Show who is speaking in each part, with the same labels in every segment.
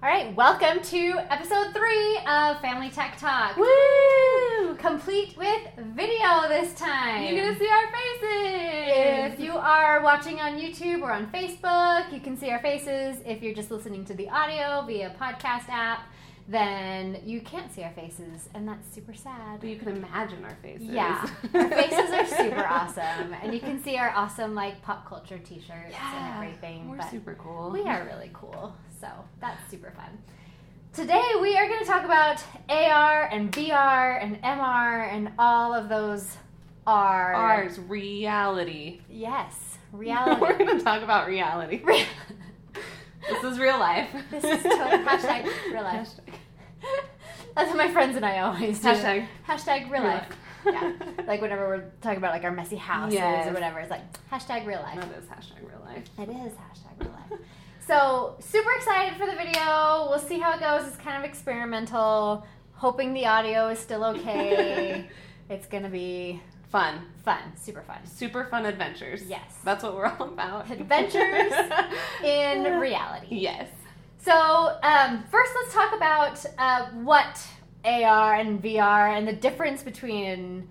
Speaker 1: All right, welcome to episode three of Family Tech Talk.
Speaker 2: Woo!
Speaker 1: Complete with video this time.
Speaker 2: You're gonna see our faces.
Speaker 1: If you are watching on YouTube or on Facebook, you can see our faces. If you're just listening to the audio via podcast app, then you can't see our faces, and that's super sad.
Speaker 2: But you can imagine our faces.
Speaker 1: Yeah, our faces are super awesome, and you can see our awesome like pop culture T-shirts
Speaker 2: Yeah,
Speaker 1: and everything.
Speaker 2: We're
Speaker 1: but
Speaker 2: super cool.
Speaker 1: we are really cool, so that's super fun. Today we are going to talk about AR and VR and MR and all of those are
Speaker 2: Ours reality.
Speaker 1: yes
Speaker 2: We're
Speaker 1: reality.
Speaker 2: gonna talk about reality. This is real life.
Speaker 1: This is totally- hashtag real life. That's what my friends and I always do.
Speaker 2: Hashtag, hashtag
Speaker 1: Hashtag real life. Yeah. Like whenever we're talking about like our messy houses
Speaker 2: Yes.
Speaker 1: or whatever, it's like hashtag real life.
Speaker 2: that is hashtag real life.
Speaker 1: It is hashtag real life. So super excited for the video. We'll see how it goes. It's kind of experimental. Hoping the audio is still okay. it's gonna be
Speaker 2: Fun,
Speaker 1: fun, super fun.
Speaker 2: super fun adventures.
Speaker 1: Yes.
Speaker 2: That's what we're all about.
Speaker 1: Adventures in reality.
Speaker 2: Yes.
Speaker 1: So um, first, let's talk about uh, what AR and VR and the difference between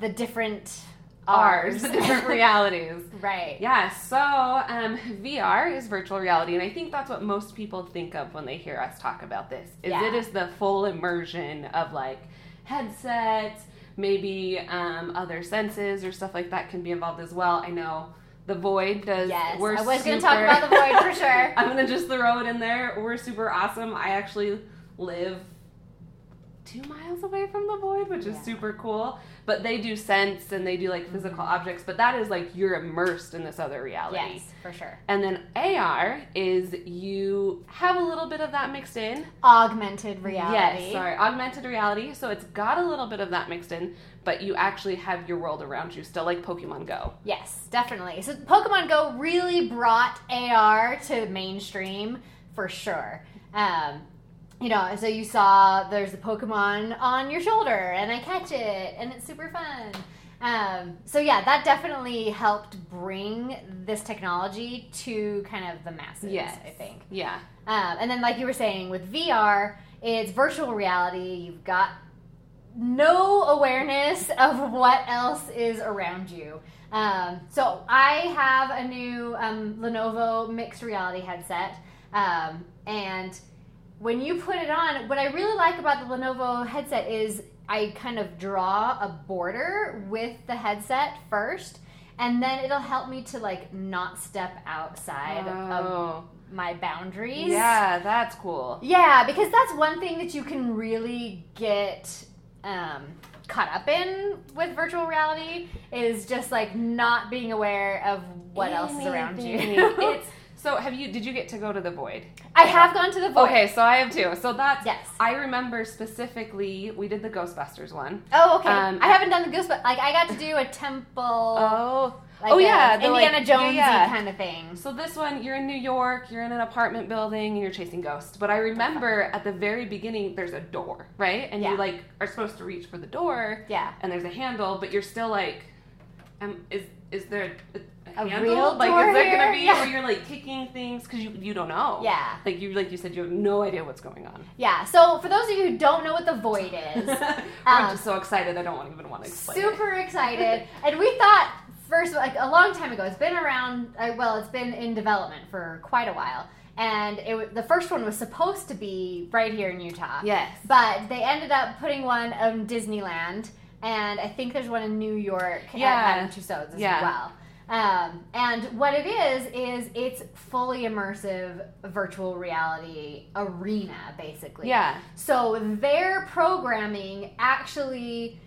Speaker 1: the different
Speaker 2: Ours,
Speaker 1: R's.
Speaker 2: the different realities.
Speaker 1: right.
Speaker 2: Yeah, so um, VR is virtual reality, and I think that's what most people think of when they hear us talk about this. Is
Speaker 1: Yeah.
Speaker 2: it is the full immersion of like headsets, maybe um, other senses or stuff like that can be involved as well. I know the Void does.
Speaker 1: Yes,
Speaker 2: we're
Speaker 1: I was gonna
Speaker 2: super,
Speaker 1: talk about the Void for sure.
Speaker 2: I'm gonna just throw it in there. We're super awesome. I actually live two miles away from the void, which is
Speaker 1: Yeah.
Speaker 2: super cool. But they do sense and they do like physical objects, but that is like you're immersed in this other reality.
Speaker 1: Mm-hmm. Yes, for sure.
Speaker 2: And then AR is you have a little bit of that mixed in.
Speaker 1: Augmented reality.
Speaker 2: Yes, sorry, augmented reality. So it's got a little bit of that mixed in, but you actually have your world around you still, like Pokemon Go.
Speaker 1: Yes, definitely. So Pokemon Go really brought AR to mainstream for sure. Um, you know, so you saw there's a Pokemon on your shoulder, and I catch it, and it's super fun. Um, so yeah, that definitely helped bring this technology to kind of the masses.
Speaker 2: Yes.
Speaker 1: I think.
Speaker 2: Yeah.
Speaker 1: Um, and then, like you were saying, with VR, it's virtual reality. You've got no awareness of what else is around you. Um, so I have a new um, Lenovo mixed reality headset, um, and when you put it on, what I really like about the Lenovo headset is I kind of draw a border with the headset first, and then it'll help me to like not step outside of
Speaker 2: Oh.
Speaker 1: my boundaries.
Speaker 2: Yeah, that's cool.
Speaker 1: Yeah, because that's one thing that you can really get um, caught up in with virtual reality is just like not being aware of what else is around you.
Speaker 2: Anything. it's so have you did you get to go to the void?
Speaker 1: I have gone to the void.
Speaker 2: Okay, so I have two. So that's
Speaker 1: Yes.
Speaker 2: I remember specifically we did the Ghostbusters one.
Speaker 1: Oh, okay.
Speaker 2: Um,
Speaker 1: I haven't done the goose, but like I got to do a temple.
Speaker 2: Oh.
Speaker 1: like
Speaker 2: oh,
Speaker 1: a
Speaker 2: yeah, the,
Speaker 1: Indiana
Speaker 2: like- yeah,
Speaker 1: Jonesy
Speaker 2: yeah.
Speaker 1: kind of thing.
Speaker 2: So this one, you're in New York, you're in an apartment building, and you're chasing ghosts. But I remember at the very beginning there's a door, right? And
Speaker 1: Yeah.
Speaker 2: you like are supposed to reach for the door
Speaker 1: Yeah.
Speaker 2: and there's a handle, but you're still like um, is is there a, a,
Speaker 1: A
Speaker 2: handle?
Speaker 1: real
Speaker 2: like
Speaker 1: door
Speaker 2: is there
Speaker 1: here?
Speaker 2: gonna be
Speaker 1: Yeah.
Speaker 2: where you're like kicking things cuz you you don't know.
Speaker 1: Yeah.
Speaker 2: Like you like you said you have no idea what's going on.
Speaker 1: Yeah. So for those of you who don't know what the void is,
Speaker 2: I'm just so excited. I don't even want to explain. it.
Speaker 1: um, super excited and we thought first like a long time ago it's been around uh, well it's been in development for quite a while and it wa- the first one was supposed to be right here in utah
Speaker 2: Yes.
Speaker 1: but they ended up putting one in disneyland and i think there's one in new york
Speaker 2: Yeah.
Speaker 1: at Madame Tussauds as
Speaker 2: Yeah.
Speaker 1: well um, and what it is is it's fully immersive virtual reality arena basically
Speaker 2: Yeah.
Speaker 1: so their programming actually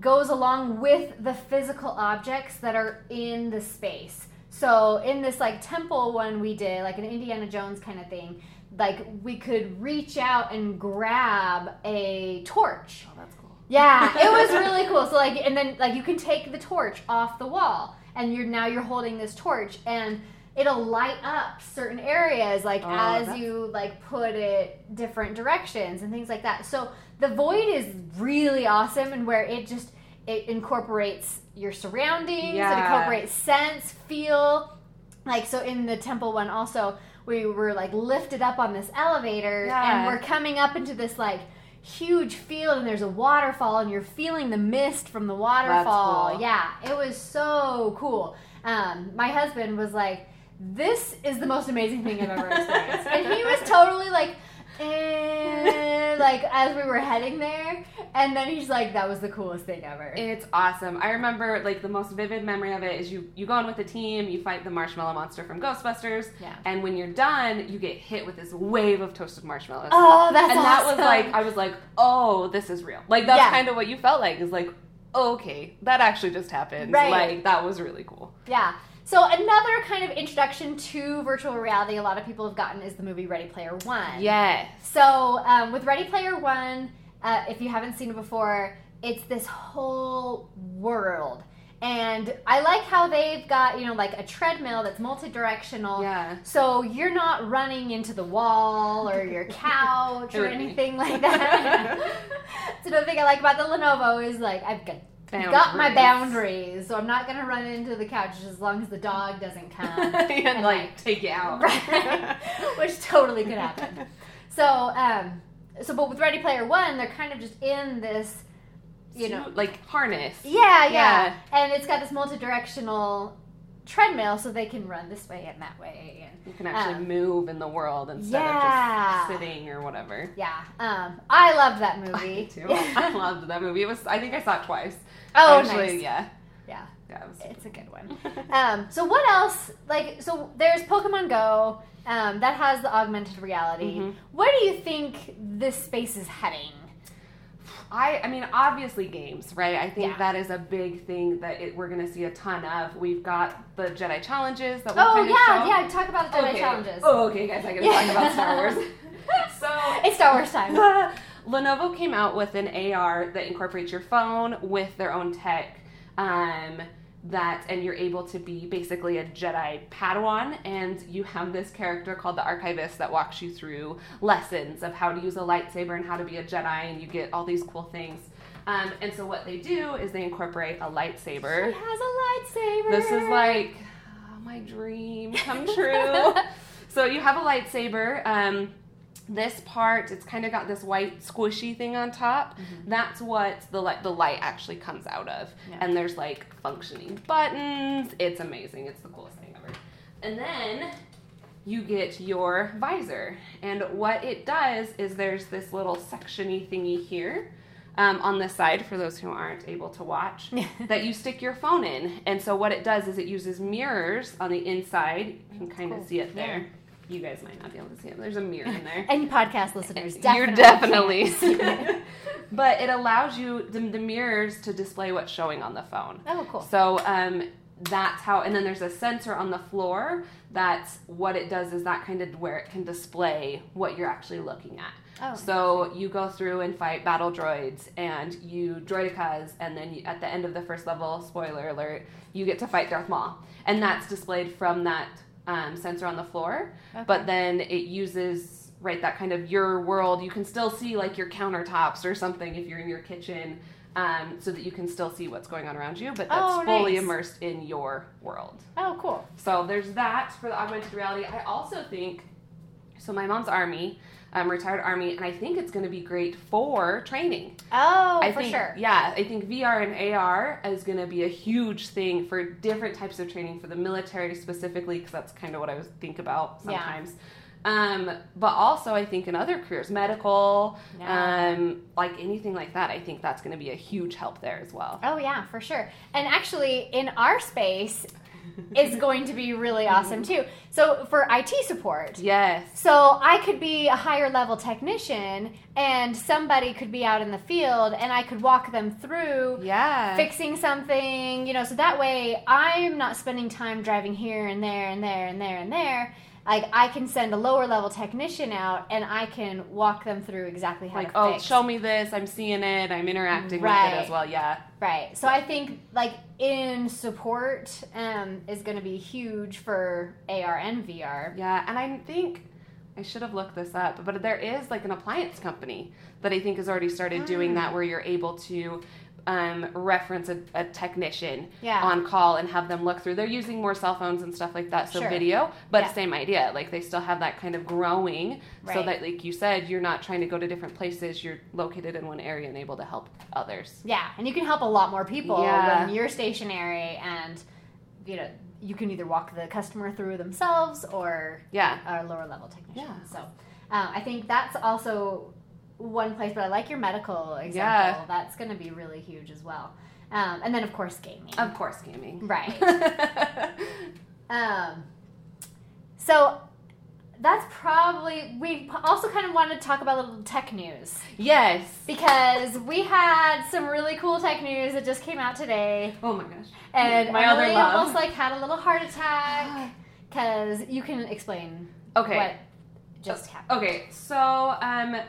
Speaker 1: goes along with the physical objects that are in the space. So in this like temple one we did, like an Indiana Jones kind of thing, like we could reach out and grab a torch.
Speaker 2: Oh, that's cool.
Speaker 1: Yeah, it was really cool. So like and then like you can take the torch off the wall and you're now you're holding this torch and it'll light up certain areas like
Speaker 2: Oh,
Speaker 1: as
Speaker 2: that's-
Speaker 1: you like put it different directions and things like that. So the void is really awesome and where it just it incorporates your surroundings, it
Speaker 2: Yeah.
Speaker 1: incorporates sense, feel, like so in the temple one also we were like lifted up on this elevator
Speaker 2: Yeah.
Speaker 1: and we're coming up into this like huge field and there's a waterfall and you're feeling the mist from the waterfall.
Speaker 2: cool.
Speaker 1: Yeah, it was so cool. Um, my husband was like, "This is the most amazing thing I've ever experienced," and he was totally like. Eh, like as we were heading there, and then he's like, "That was the coolest thing ever."
Speaker 2: It's awesome. I remember like the most vivid memory of it is you you go in with a team, you fight the marshmallow monster from Ghostbusters,
Speaker 1: Yeah.
Speaker 2: and when you're done, you get hit with this wave of toasted marshmallows.
Speaker 1: oh, that's
Speaker 2: and that was
Speaker 1: awesome.
Speaker 2: like I was like, "Oh, this is real." Like that's
Speaker 1: Yeah.
Speaker 2: kind of what you felt like is like, "Okay, that actually just happened."
Speaker 1: Right.
Speaker 2: Like that was really cool.
Speaker 1: Yeah. So another kind of introduction to virtual reality a lot of people have gotten is the movie Ready Player One.
Speaker 2: Yes.
Speaker 1: So um, with Ready Player One, uh, if you haven't seen it before, it's this whole world. And I like how they've got, you know, like a treadmill that's multi-directional.
Speaker 2: Yeah.
Speaker 1: So you're not running into the wall or your couch
Speaker 2: It
Speaker 1: or
Speaker 2: would be.
Speaker 1: anything like that. so another thing I like about the Lenovo is like I've got got my boundaries, so I'm not gonna run into the couch as long as the dog doesn't come,
Speaker 2: and like take it out.
Speaker 1: uh, Right. which totally could happen. So, um, so but with Ready Player One, they're kind of just in this, you know,
Speaker 2: like harness.
Speaker 1: yeah, yeah,
Speaker 2: Yeah.
Speaker 1: and it's got this multi-directional treadmill, so they can run this way and that way, and
Speaker 2: You can actually move in the world instead
Speaker 1: Uh. Yeah.
Speaker 2: of just sitting or whatever.
Speaker 1: yeah, um, I loved that movie
Speaker 2: Me too. I loved that movie. It was. I think I saw it twice.
Speaker 1: oh,
Speaker 2: Actually,
Speaker 1: nice.
Speaker 2: Yeah.
Speaker 1: Yeah.
Speaker 2: Yeah. It was,
Speaker 1: It's a good one. Um, so what else? Like, so there's Pokemon Go um, that has the augmented reality.
Speaker 2: Mhm.
Speaker 1: Where do you think this space is heading?
Speaker 2: I, I mean, obviously games, right? I think
Speaker 1: Yeah.
Speaker 2: that is a big thing that it, we're going to see a ton of. We've got the Jedi challenges that we
Speaker 1: Oh
Speaker 2: kind of
Speaker 1: yeah,
Speaker 2: show.
Speaker 1: yeah. Talk about the Jedi
Speaker 2: Okay.
Speaker 1: challenges.
Speaker 2: Oh, okay, guys, I gotta
Speaker 1: Yeah.
Speaker 2: talk about Star Wars. so
Speaker 1: It's Star Wars time.
Speaker 2: Lenovo came out with an AR that incorporates your phone with their own tech. Um, that and you're able to be basically a Jedi Padawan, and you have this character called the Archivist that walks you through lessons of how to use a lightsaber and how to be a Jedi, and you get all these cool things. Um, and so what they do is they incorporate a lightsaber.
Speaker 1: It has a lightsaber.
Speaker 2: This is like ah, my dream come true. so you have a lightsaber. Um, this part, it's kind of got this white squishy thing on top. That's what the light, the light actually comes out of.
Speaker 1: Yeah.
Speaker 2: And there's like functioning buttons. It's amazing. It's the coolest thing ever. And then you get your visor. And what it does is there's this little sectiony thingy here um, on the side for those who aren't able to watch that you stick your phone in. And so what it does is it uses mirrors on the inside. You can kind of
Speaker 1: cool.
Speaker 2: see it
Speaker 1: Yeah.
Speaker 2: there. You guys might not be able to see it. There's a mirror in there.
Speaker 1: Any podcast listeners,
Speaker 2: You're
Speaker 1: definitely.
Speaker 2: definitely.
Speaker 1: can't see it.
Speaker 2: but it allows you the, the mirrors to display what's showing on the phone.
Speaker 1: oh, cool.
Speaker 2: So um, that's how, and then there's a sensor on the floor. That's what it does is that kind of where it can display what you're actually looking at.
Speaker 1: Oh,
Speaker 2: so you go through and fight battle droids and you droidicas, and then you, at the end of the first level, spoiler alert, you get to fight Darth Maul, and that's displayed from that um, sensor on the floor. But then it uses. Right, that kind of your world. You can still see like your countertops or something if you're in your kitchen, um, so that you can still see what's going on around you. But that's
Speaker 1: Oh,
Speaker 2: fully
Speaker 1: nice.
Speaker 2: immersed in your world.
Speaker 1: oh, cool.
Speaker 2: So there's that for the augmented reality. I also think so. My mom's army, um, retired army, and I think it's going to be great for training.
Speaker 1: Oh,
Speaker 2: I
Speaker 1: for
Speaker 2: think,
Speaker 1: sure.
Speaker 2: Yeah, I think VR and AR is going to be a huge thing for different types of training for the military specifically, because that's kind of what I was think about
Speaker 1: Yeah.
Speaker 2: sometimes. Um, but also, I think in other careers, medical,
Speaker 1: Yeah.
Speaker 2: um, like anything like that, I think that's going to be a huge help there as well.
Speaker 1: Oh yeah, for sure. And actually, in our space, it's going to be really awesome too. So for IT support,
Speaker 2: Yes.
Speaker 1: So I could be a higher level technician, and somebody could be out in the field, and I could walk them through
Speaker 2: Yeah.
Speaker 1: fixing something, you know. So that way, I'm not spending time driving here and there and there and there and there. Like I can send a lower level technician out, and I can walk them through exactly how
Speaker 2: like
Speaker 1: to
Speaker 2: oh
Speaker 1: fix.
Speaker 2: show me this i'm seeing it i'm interacting with
Speaker 1: Right.
Speaker 2: it as well yeah
Speaker 1: Right. So I think like in support um, is going to be huge for AR and VR.
Speaker 2: yeah and i think i should have looked this up Ah. but there is like an appliance company that i think has already started doing that where you're able to um, reference a, a technician
Speaker 1: Yeah.
Speaker 2: on call and have them look through. They're using more cell phones and stuff like that, so
Speaker 1: Sure.
Speaker 2: video, but
Speaker 1: Yeah.
Speaker 2: same idea. Like they still have that kind of growing, so
Speaker 1: Right.
Speaker 2: that like you said, you're not trying to go to different places. You're located in one area and able to help others.
Speaker 1: Yeah, and you can help a lot more people
Speaker 2: Yeah.
Speaker 1: when you're stationary, and you know you can either walk the customer through themselves or
Speaker 2: Yeah,
Speaker 1: our lower level technician.
Speaker 2: Yeah.
Speaker 1: So um, I think that's also one place, but I like your medical example.
Speaker 2: Yeah.
Speaker 1: That's going to be really huge as well. Um, and then of course gaming.
Speaker 2: of course, gaming.
Speaker 1: Right. Um, so that's probably we also kind of wanted to talk about a little tech news
Speaker 2: yes.
Speaker 1: because we had some really cool tech news that just came out today.
Speaker 2: Oh my gosh.
Speaker 1: And
Speaker 2: My other
Speaker 1: Emily
Speaker 2: love.
Speaker 1: almost like had a little heart attack because you can explain
Speaker 2: Okay.
Speaker 1: what just happened.
Speaker 2: Okay, so um,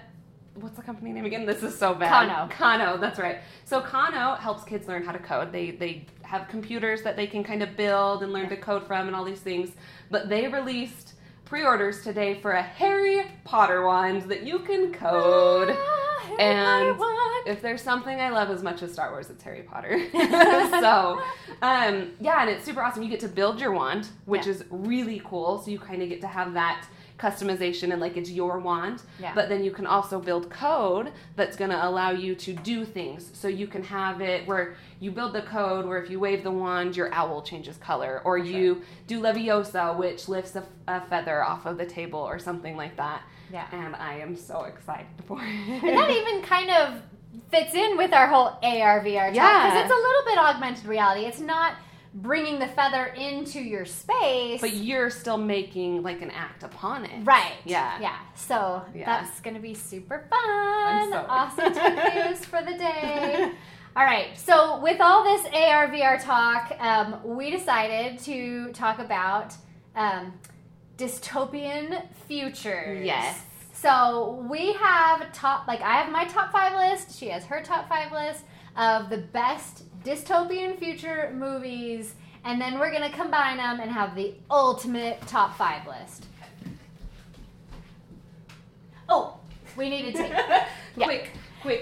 Speaker 2: what's the company name again? This is so bad.
Speaker 1: Kano.
Speaker 2: Kano, that's right. So Kano helps kids learn how to code. They they have computers that they can kind of build and learn to code from and all these things. But they released pre-orders today for a Harry Potter wand that you can code.
Speaker 1: Ah, Harry
Speaker 2: And-
Speaker 1: Potter wand.
Speaker 2: If there's something I love as much as Star Wars, it's Harry Potter. so, um, yeah, and it's super awesome. You get to build your wand, which
Speaker 1: Yeah.
Speaker 2: is really cool. So you kind of get to have that customization and like it's your wand.
Speaker 1: Yeah.
Speaker 2: But then you can also build code that's going to allow you to do things. So you can have it where you build the code where if you wave the wand, your owl changes color, or you do Leviosa, which lifts a, a feather off of the table, or something like that.
Speaker 1: Yeah.
Speaker 2: And I am so excited for it.
Speaker 1: And that even kind of fits in with our whole AR VR
Speaker 2: Yeah.
Speaker 1: because it's a little bit augmented reality. It's not bringing the feather into your space.
Speaker 2: But you're still making like an act upon it.
Speaker 1: Right.
Speaker 2: Yeah.
Speaker 1: Yeah. So
Speaker 2: Yeah.
Speaker 1: that's gonna be super fun.
Speaker 2: so
Speaker 1: awesome
Speaker 2: excited.
Speaker 1: tech news for the day. All right. So with all this AR VR talk, um, we decided to talk about um, dystopian futures.
Speaker 2: Yes.
Speaker 1: So we have a top like I have my top five list. She has her top five list of the best dystopian future movies. And then we're gonna combine them and have the ultimate top five list. Oh, we need a tape.
Speaker 2: Quick, quick,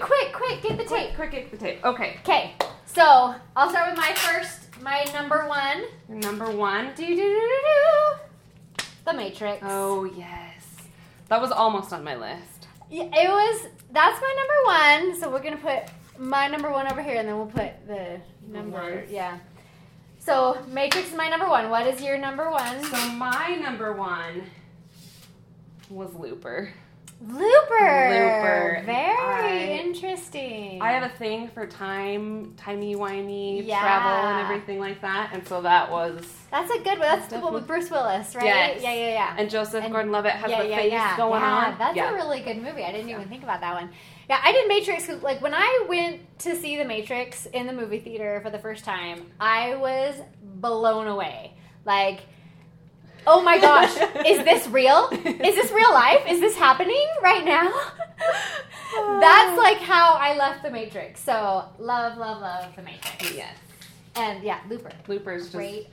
Speaker 1: quick, quick, get the
Speaker 2: quick,
Speaker 1: tape.
Speaker 2: quick, get the tape. Okay,
Speaker 1: Okay, so I'll start with my first, my number one.
Speaker 2: your number one.
Speaker 1: Do do do do do. The Matrix.
Speaker 2: Oh yes, that was almost on my list.
Speaker 1: Yeah, it was. That's my number one. So we're gonna put my number one over here, and then we'll put the number.
Speaker 2: Numbers.
Speaker 1: Yeah. So Matrix is my number one. What is your number one?
Speaker 2: So my number one was Looper.
Speaker 1: Looper.
Speaker 2: Looper.
Speaker 1: Very
Speaker 2: I-
Speaker 1: interesting.
Speaker 2: I have a thing for time, timey wimey
Speaker 1: Yeah.
Speaker 2: travel and everything like that, and so that was.
Speaker 1: That's a good one. That's the one with Bruce Willis, right?
Speaker 2: Yes.
Speaker 1: Yeah, yeah, yeah.
Speaker 2: And Joseph
Speaker 1: And-
Speaker 2: Gordon-Levitt has
Speaker 1: yeah,
Speaker 2: the
Speaker 1: yeah,
Speaker 2: face
Speaker 1: yeah.
Speaker 2: going
Speaker 1: yeah,
Speaker 2: on.
Speaker 1: That's
Speaker 2: yeah.
Speaker 1: a really good movie. I didn't even think about that one. Yeah, I did Matrix. 'cause, Like when I went to see The Matrix in the movie theater for the first time, I was blown away. Like, oh my gosh, is this real? Is this real life? Is this happening right now?
Speaker 2: Oh.
Speaker 1: That's like how I left The Matrix. So love, love, love The Matrix.
Speaker 2: yes.
Speaker 1: And yeah, Looper.
Speaker 2: Looper's just
Speaker 1: Great.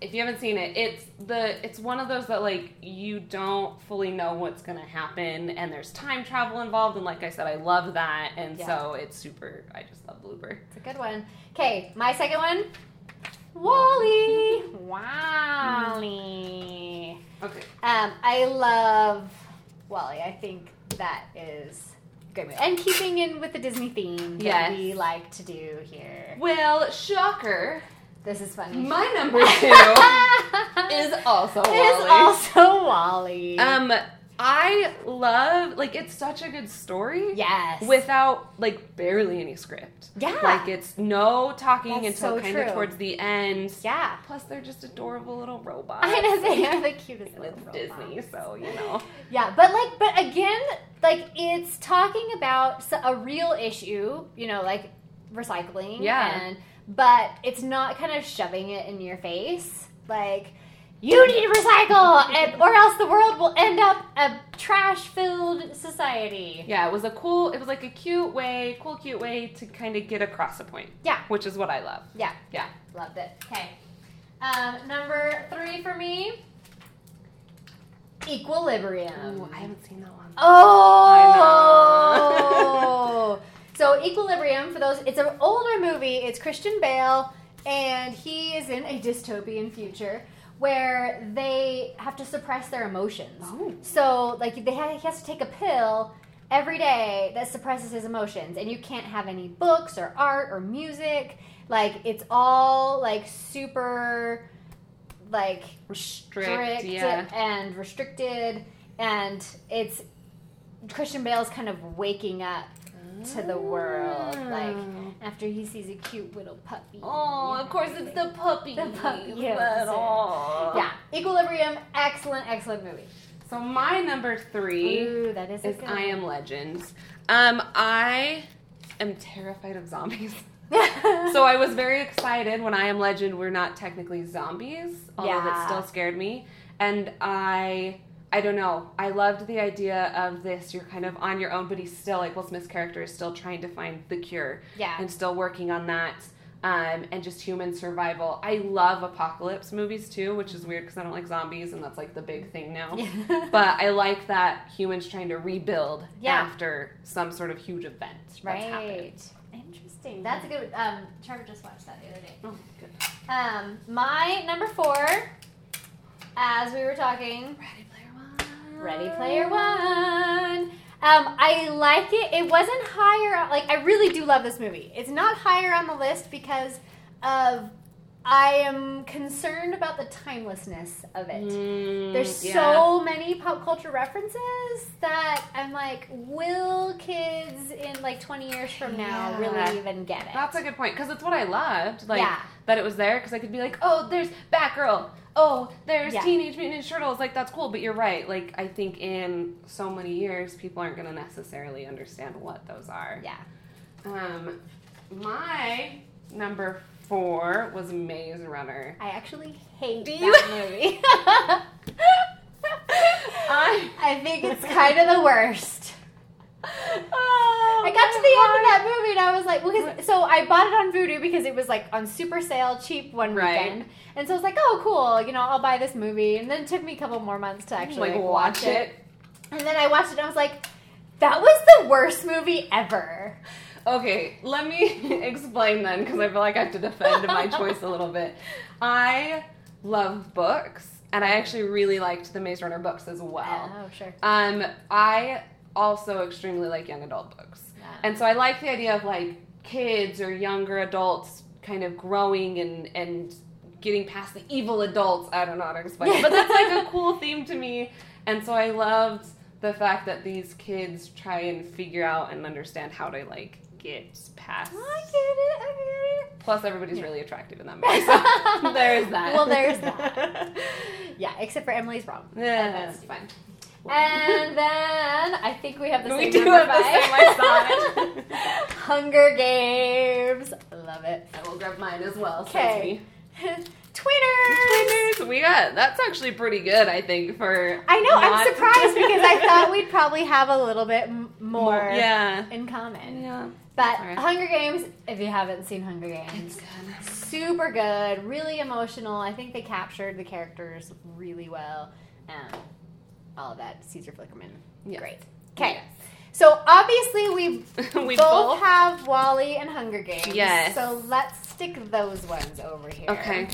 Speaker 2: if you haven't seen it, it's the it's one of those that like you don't fully know what's gonna happen, and there's time travel involved, and like I said, I love that, and
Speaker 1: Yeah.
Speaker 2: so it's super. I just love Blooper.
Speaker 1: It's a good one. Okay, my second one. Wally. Wally.
Speaker 2: Okay,
Speaker 1: Um, I love Wally. I think that is a great movie. And keeping in with the Disney theme that
Speaker 2: Yes.
Speaker 1: we like to do here.
Speaker 2: well, shocker,
Speaker 1: This is funny.
Speaker 2: my number two is also
Speaker 1: Is
Speaker 2: Wall-E.
Speaker 1: also Wally.
Speaker 2: um, I love like it's such a good story
Speaker 1: yes.
Speaker 2: without like barely any script.
Speaker 1: yeah.
Speaker 2: Like it's no talking
Speaker 1: That's
Speaker 2: until
Speaker 1: so
Speaker 2: kind of
Speaker 1: true.
Speaker 2: towards the end.
Speaker 1: yeah.
Speaker 2: Plus, they're just adorable little robots.
Speaker 1: I know they are the cutest little
Speaker 2: with
Speaker 1: robots.
Speaker 2: Disney, so you know.
Speaker 1: Yeah, but like, but again, like it's talking about s- a real issue, you know, like recycling.
Speaker 2: Yeah.
Speaker 1: And, but it's not kind of shoving it in your face, like you need to recycle, and, or else the world will end up a trash-filled society.
Speaker 2: Yeah, it was a cool. It was like a cute way, cool, cute way to kind of get across a point.
Speaker 1: Yeah.
Speaker 2: which is what I love.
Speaker 1: Yeah.
Speaker 2: Yeah.
Speaker 1: Loved it. Okay. Um, number three for me. Equilibrium.
Speaker 2: Um, Ooh, I haven't seen that one.
Speaker 1: Oh. so So Equilibrium for those. It's an older movie. It's Christian Bale, and he is in a dystopian future where they have to suppress their emotions.
Speaker 2: Oh.
Speaker 1: So like they ha- he has to take a pill every day that suppresses his emotions, and you can't have any books or art or music. Like it's all like super like
Speaker 2: Restrict,
Speaker 1: strict
Speaker 2: yeah.
Speaker 1: and restricted, and it's Christian Bale's kind of waking up to the world, like after he sees a cute little puppy.
Speaker 2: Mm. Oh, of course it's the puppy.
Speaker 1: The puppy, yes.
Speaker 2: But, aw.
Speaker 1: yeah. Equilibrium, excellent, excellent movie.
Speaker 2: So my number three
Speaker 1: Ooh, that is a
Speaker 2: is
Speaker 1: good
Speaker 2: I Am Legend. Um, I am terrified of zombies.
Speaker 1: one.
Speaker 2: so I was very excited when I Am Legend were not technically zombies, although
Speaker 1: Yeah.
Speaker 2: it still scared me. And I, I don't know. I loved the idea of this. You're kind of on your own, but he's still like Will Smith's character is still trying to find the cure
Speaker 1: yeah,
Speaker 2: and still working on that. Um, and just human survival. I love apocalypse movies too, which is weird because I don't like zombies, and that's like the big thing now but I like that humans trying to rebuild
Speaker 1: Yeah.
Speaker 2: after some sort of huge event that's happened.
Speaker 1: right. Interesting. That's a good. Um, Trevor just watched that the other day.
Speaker 2: Oh, good.
Speaker 1: Um, my number four, as we were talking,
Speaker 2: Ready Player One.
Speaker 1: Ready Player One. Um, I like it. It wasn't higher. Like I really do love this movie. It's not higher on the list because of I am concerned about the timelessness of it.
Speaker 2: Mm,
Speaker 1: There's
Speaker 2: yeah.
Speaker 1: so many pop culture references that I'm like, will kids in like 20 years from now
Speaker 2: Yeah.
Speaker 1: really even get it?
Speaker 2: That's a good point because it's what I loved, like
Speaker 1: Yeah.
Speaker 2: that it was there because I could be like, oh, there's Batgirl. Oh, there's
Speaker 1: Yeah.
Speaker 2: Teenage Mutant Ninja Turtles. Like that's cool, but you're right. Like I think in so many years, people aren't going to necessarily understand what those are.
Speaker 1: yeah.
Speaker 2: Um, my number four was Maze Runner.
Speaker 1: I actually hate
Speaker 2: Do you-
Speaker 1: that movie.
Speaker 2: I
Speaker 1: I think it's kind of the worst.
Speaker 2: Oh,
Speaker 1: I got to the end of that movie and I was like, well, 'cause- so I bought it on Vudu because it was like on super sale, cheap one
Speaker 2: Right.
Speaker 1: weekend, and so I was like, oh, cool, you know, I'll buy this movie, and then it took me a couple more months to actually
Speaker 2: like watch it.
Speaker 1: and then I watched it and I was like, that was the worst movie ever.
Speaker 2: Okay, let me explain then because I feel like I have to defend my choice a little bit. I love books, and I actually really liked the Maze Runner books as well.
Speaker 1: Oh, sure.
Speaker 2: Um, I also extremely like young adult books. And so I like the idea of like kids or younger adults kind of growing and and getting past the evil adults. I don't know how to explain it, but that's like a cool theme to me. And so I loved the fact that these kids try and figure out and understand how to like get past.
Speaker 1: I get it. I
Speaker 2: Plus, everybody's really attractive in that movie.
Speaker 1: get
Speaker 2: So
Speaker 1: it.
Speaker 2: there's that.
Speaker 1: Well, there's that. yeah, except for Emily's wrong.
Speaker 2: yeah, that's Uh, fine.
Speaker 1: And then I think we have the
Speaker 2: we
Speaker 1: same
Speaker 2: do
Speaker 1: number
Speaker 2: have the
Speaker 1: five.
Speaker 2: same. I saw it.
Speaker 1: Hunger Games. Love it.
Speaker 2: I will grab mine as well. since
Speaker 1: Okay.
Speaker 2: we-
Speaker 1: Twitter.
Speaker 2: Winners, we got that's actually pretty good, I think, for
Speaker 1: I know.
Speaker 2: Not-
Speaker 1: I'm surprised because I thought we'd probably have a little bit m- more
Speaker 2: Yeah.
Speaker 1: in common.
Speaker 2: Yeah.
Speaker 1: But
Speaker 2: Sorry.
Speaker 1: Hunger Games, if you haven't seen Hunger Games, super good, really emotional. I think they captured the characters really well. Um, all of that. Caesar Flickerman.
Speaker 2: Yeah.
Speaker 1: Great. Okay. So obviously we
Speaker 2: we
Speaker 1: both,
Speaker 2: both.
Speaker 1: have Wally and Hunger Games.
Speaker 2: Yes.
Speaker 1: So let's stick those ones over here.
Speaker 2: Okay.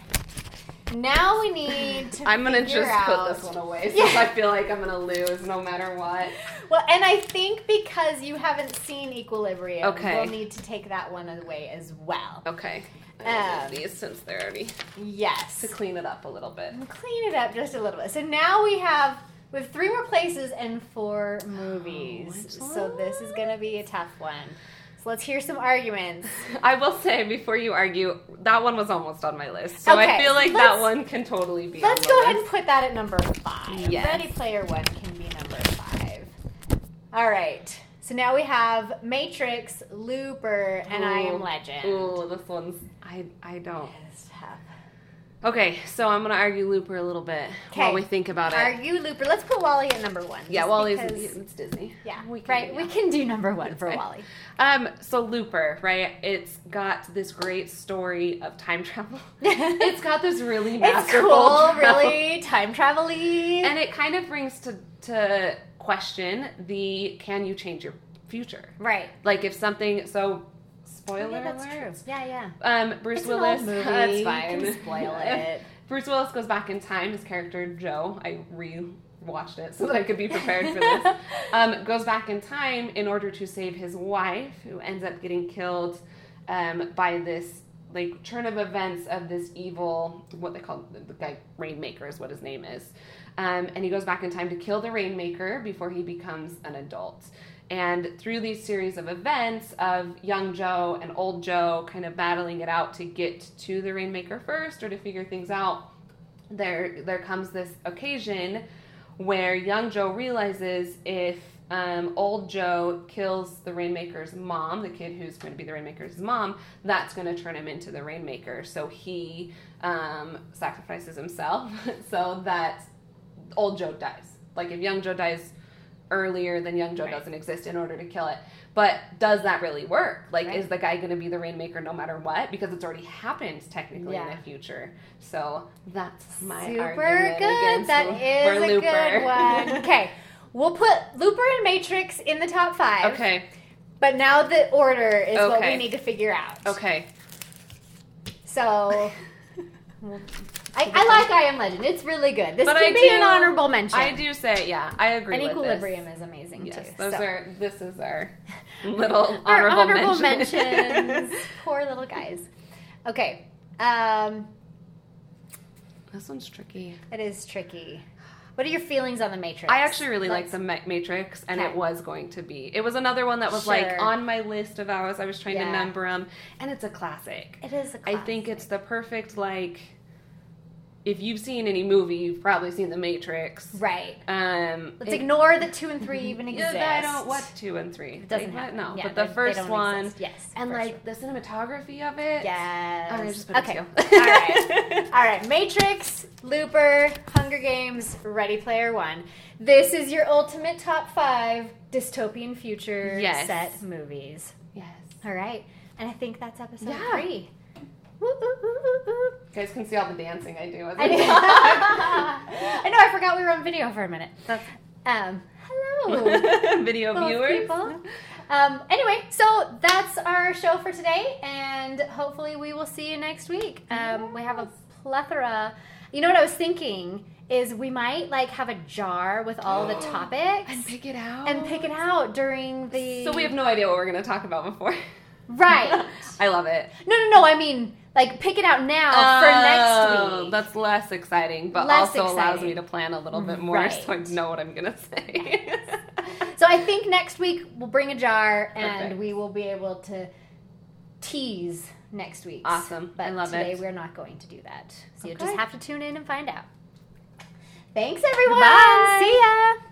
Speaker 1: Now we need to.
Speaker 2: I'm gonna
Speaker 1: figure
Speaker 2: just
Speaker 1: out-
Speaker 2: put this one away since
Speaker 1: Yeah.
Speaker 2: I feel like I'm gonna lose no matter what.
Speaker 1: Well, and I think because you haven't seen Equilibrium,
Speaker 2: Okay. Oh.
Speaker 1: we'll need to take that one away as well.
Speaker 2: Okay. I'll
Speaker 1: Um,
Speaker 2: leave these since they're already
Speaker 1: Yes.
Speaker 2: to clean it up a little bit.
Speaker 1: And Clean it up just a little bit. So now we have we have three more places and four movies.
Speaker 2: Oh,
Speaker 1: so this is gonna be a tough one. So let's hear some arguments.
Speaker 2: I will say before you argue, that one was almost on my list, so I
Speaker 1: Okay,
Speaker 2: feel like
Speaker 1: let's-
Speaker 2: that one can totally be.
Speaker 1: Let's
Speaker 2: on
Speaker 1: go
Speaker 2: the
Speaker 1: ahead and
Speaker 2: list.
Speaker 1: put that at number five.
Speaker 2: Yes.
Speaker 1: Ready Player One can be number five. All right. So now we have Matrix, Looper, and I Am
Speaker 2: Ooh.
Speaker 1: Legend.
Speaker 2: Ooh, this one's I I don't.
Speaker 1: That is tough.
Speaker 2: Okay, so I'm gonna argue Looper a little bit
Speaker 1: Okay.
Speaker 2: while we think about it.
Speaker 1: Are you Looper? Let's put Wally at number one.
Speaker 2: yeah,
Speaker 1: just
Speaker 2: Wally's
Speaker 1: because-
Speaker 2: it's Disney.
Speaker 1: yeah,
Speaker 2: we can
Speaker 1: right.
Speaker 2: do
Speaker 1: We
Speaker 2: that.
Speaker 1: can do number one for
Speaker 2: Right.
Speaker 1: Wally.
Speaker 2: Um, so Looper, right? It's got this great story of time travel. it's got this really
Speaker 1: It's
Speaker 2: masterful,
Speaker 1: cool,
Speaker 2: travel.
Speaker 1: really time travel y.
Speaker 2: and it kind of brings to to question the can you change your future.
Speaker 1: Right.
Speaker 2: Like if something so spoiler
Speaker 1: yeah, that's
Speaker 2: alert.
Speaker 1: true. Yeah, yeah.
Speaker 2: Um Bruce
Speaker 1: It's an old
Speaker 2: Willis
Speaker 1: movie.
Speaker 2: that's
Speaker 1: You
Speaker 2: fine.
Speaker 1: can spoil it.
Speaker 2: Bruce Willis goes back in time, his character Joe. I re-watched it so that I could be prepared for this. um, goes back in time in order to save his wife, who ends up getting killed um, by this like turn of events of this evil what they call the guy Rainmaker is what his name is, um, and he goes back in time to kill the Rainmaker before he becomes an adult. And through these series of events of young Joe and old Joe kind of battling it out to get to the Rainmaker first or to figure things out, there there comes this occasion where young Joe realizes if um, old Joe kills the Rainmaker's mom, the kid who's going to be the Rainmaker's mom, that's going to turn him into the Rainmaker. So he um, sacrifices himself so that old Joe dies. Like if young Joe dies earlier, then young Joe
Speaker 1: Right.
Speaker 2: doesn't exist in order to kill it. But does that really work? Like,
Speaker 1: Right.
Speaker 2: is the guy going to be the Rainmaker no matter what? Because it's already happened technically
Speaker 1: Yeah.
Speaker 2: in the future. So that's my
Speaker 1: Super
Speaker 2: argument
Speaker 1: good.
Speaker 2: against
Speaker 1: That is
Speaker 2: Looper.
Speaker 1: a good one. Okay. We'll put Looper and Matrix in the top five.
Speaker 2: okay,
Speaker 1: But now the order is what we
Speaker 2: Okay.
Speaker 1: need to figure out.
Speaker 2: okay.
Speaker 1: So I, I like I Am Legend. It's really good. This
Speaker 2: But
Speaker 1: can
Speaker 2: I
Speaker 1: be
Speaker 2: do-
Speaker 1: an honorable mention.
Speaker 2: I do say, yeah, I agree.
Speaker 1: And
Speaker 2: with
Speaker 1: Equilibrium is amazing
Speaker 2: This. Yes,
Speaker 1: too.
Speaker 2: those
Speaker 1: so.
Speaker 2: are. This is our little
Speaker 1: Our
Speaker 2: honorable,
Speaker 1: honorable
Speaker 2: mention.
Speaker 1: mentions. Poor little guys. Okay. Um,
Speaker 2: this one's tricky.
Speaker 1: it is tricky. What are your feelings on the Matrix?
Speaker 2: I actually really liked
Speaker 1: Let's-
Speaker 2: the Ma- Matrix, and
Speaker 1: Okay.
Speaker 2: it was going to be. It was another one that was like
Speaker 1: Sure.
Speaker 2: on my list of ours. I was trying
Speaker 1: Yeah.
Speaker 2: to number them, and it's a classic.
Speaker 1: It is. A
Speaker 2: I think it's the perfect like. If you've seen any movie, you've probably seen The Matrix.
Speaker 1: classic. right.
Speaker 2: Um,
Speaker 1: Let's
Speaker 2: it-
Speaker 1: ignore that two and three even
Speaker 2: Yeah,
Speaker 1: exist.
Speaker 2: I don't. What two and three?
Speaker 1: It doesn't
Speaker 2: Like, what?
Speaker 1: happen.
Speaker 2: No,
Speaker 1: Yeah,
Speaker 2: but
Speaker 1: they-
Speaker 2: the
Speaker 1: they
Speaker 2: first
Speaker 1: don't
Speaker 2: one.
Speaker 1: exist. Yes.
Speaker 2: And
Speaker 1: first
Speaker 2: like
Speaker 1: one.
Speaker 2: the cinematography of it.
Speaker 1: Yes.
Speaker 2: All right, just put it
Speaker 1: okay.
Speaker 2: to you.
Speaker 1: All right. All right. Matrix, Looper, Hunger Games, Ready Player One. This is your ultimate top five dystopian future
Speaker 2: Yes.
Speaker 1: set movies.
Speaker 2: Yes.
Speaker 1: All right. And I think that's episode
Speaker 2: Yeah.
Speaker 1: three. Whoop, whoop, whoop, whoop, whoop.
Speaker 2: You guys can see all the dancing I do.
Speaker 1: I, know- I know. I forgot we were on video for a minute.
Speaker 2: That's
Speaker 1: Um, hello.
Speaker 2: cool. Video
Speaker 1: Little
Speaker 2: viewers.
Speaker 1: people. Um, anyway, so that's our show for today, and hopefully we will see you next week. Um, we have a plethora. You know what I was thinking is we might like have a jar with all the topics
Speaker 2: And pick it out.
Speaker 1: and pick it out during the.
Speaker 2: So we have no idea what we're going to talk about before.
Speaker 1: right.
Speaker 2: I love it.
Speaker 1: No, no, no. I mean, like pick it out now Oh, for next
Speaker 2: Oh,
Speaker 1: week.
Speaker 2: That's less exciting, but
Speaker 1: Less
Speaker 2: also allows
Speaker 1: exciting.
Speaker 2: me to plan a little bit more so I
Speaker 1: Right.
Speaker 2: know what I'm going to say.
Speaker 1: So I think next week we'll bring a jar and
Speaker 2: Perfect.
Speaker 1: we will be able to tease next week.
Speaker 2: Awesome.
Speaker 1: But
Speaker 2: I love
Speaker 1: today
Speaker 2: it.
Speaker 1: we're not going to do that. So you'll
Speaker 2: Okay.
Speaker 1: just have to tune in and find out. Thanks everyone.
Speaker 2: Bye.
Speaker 1: See ya.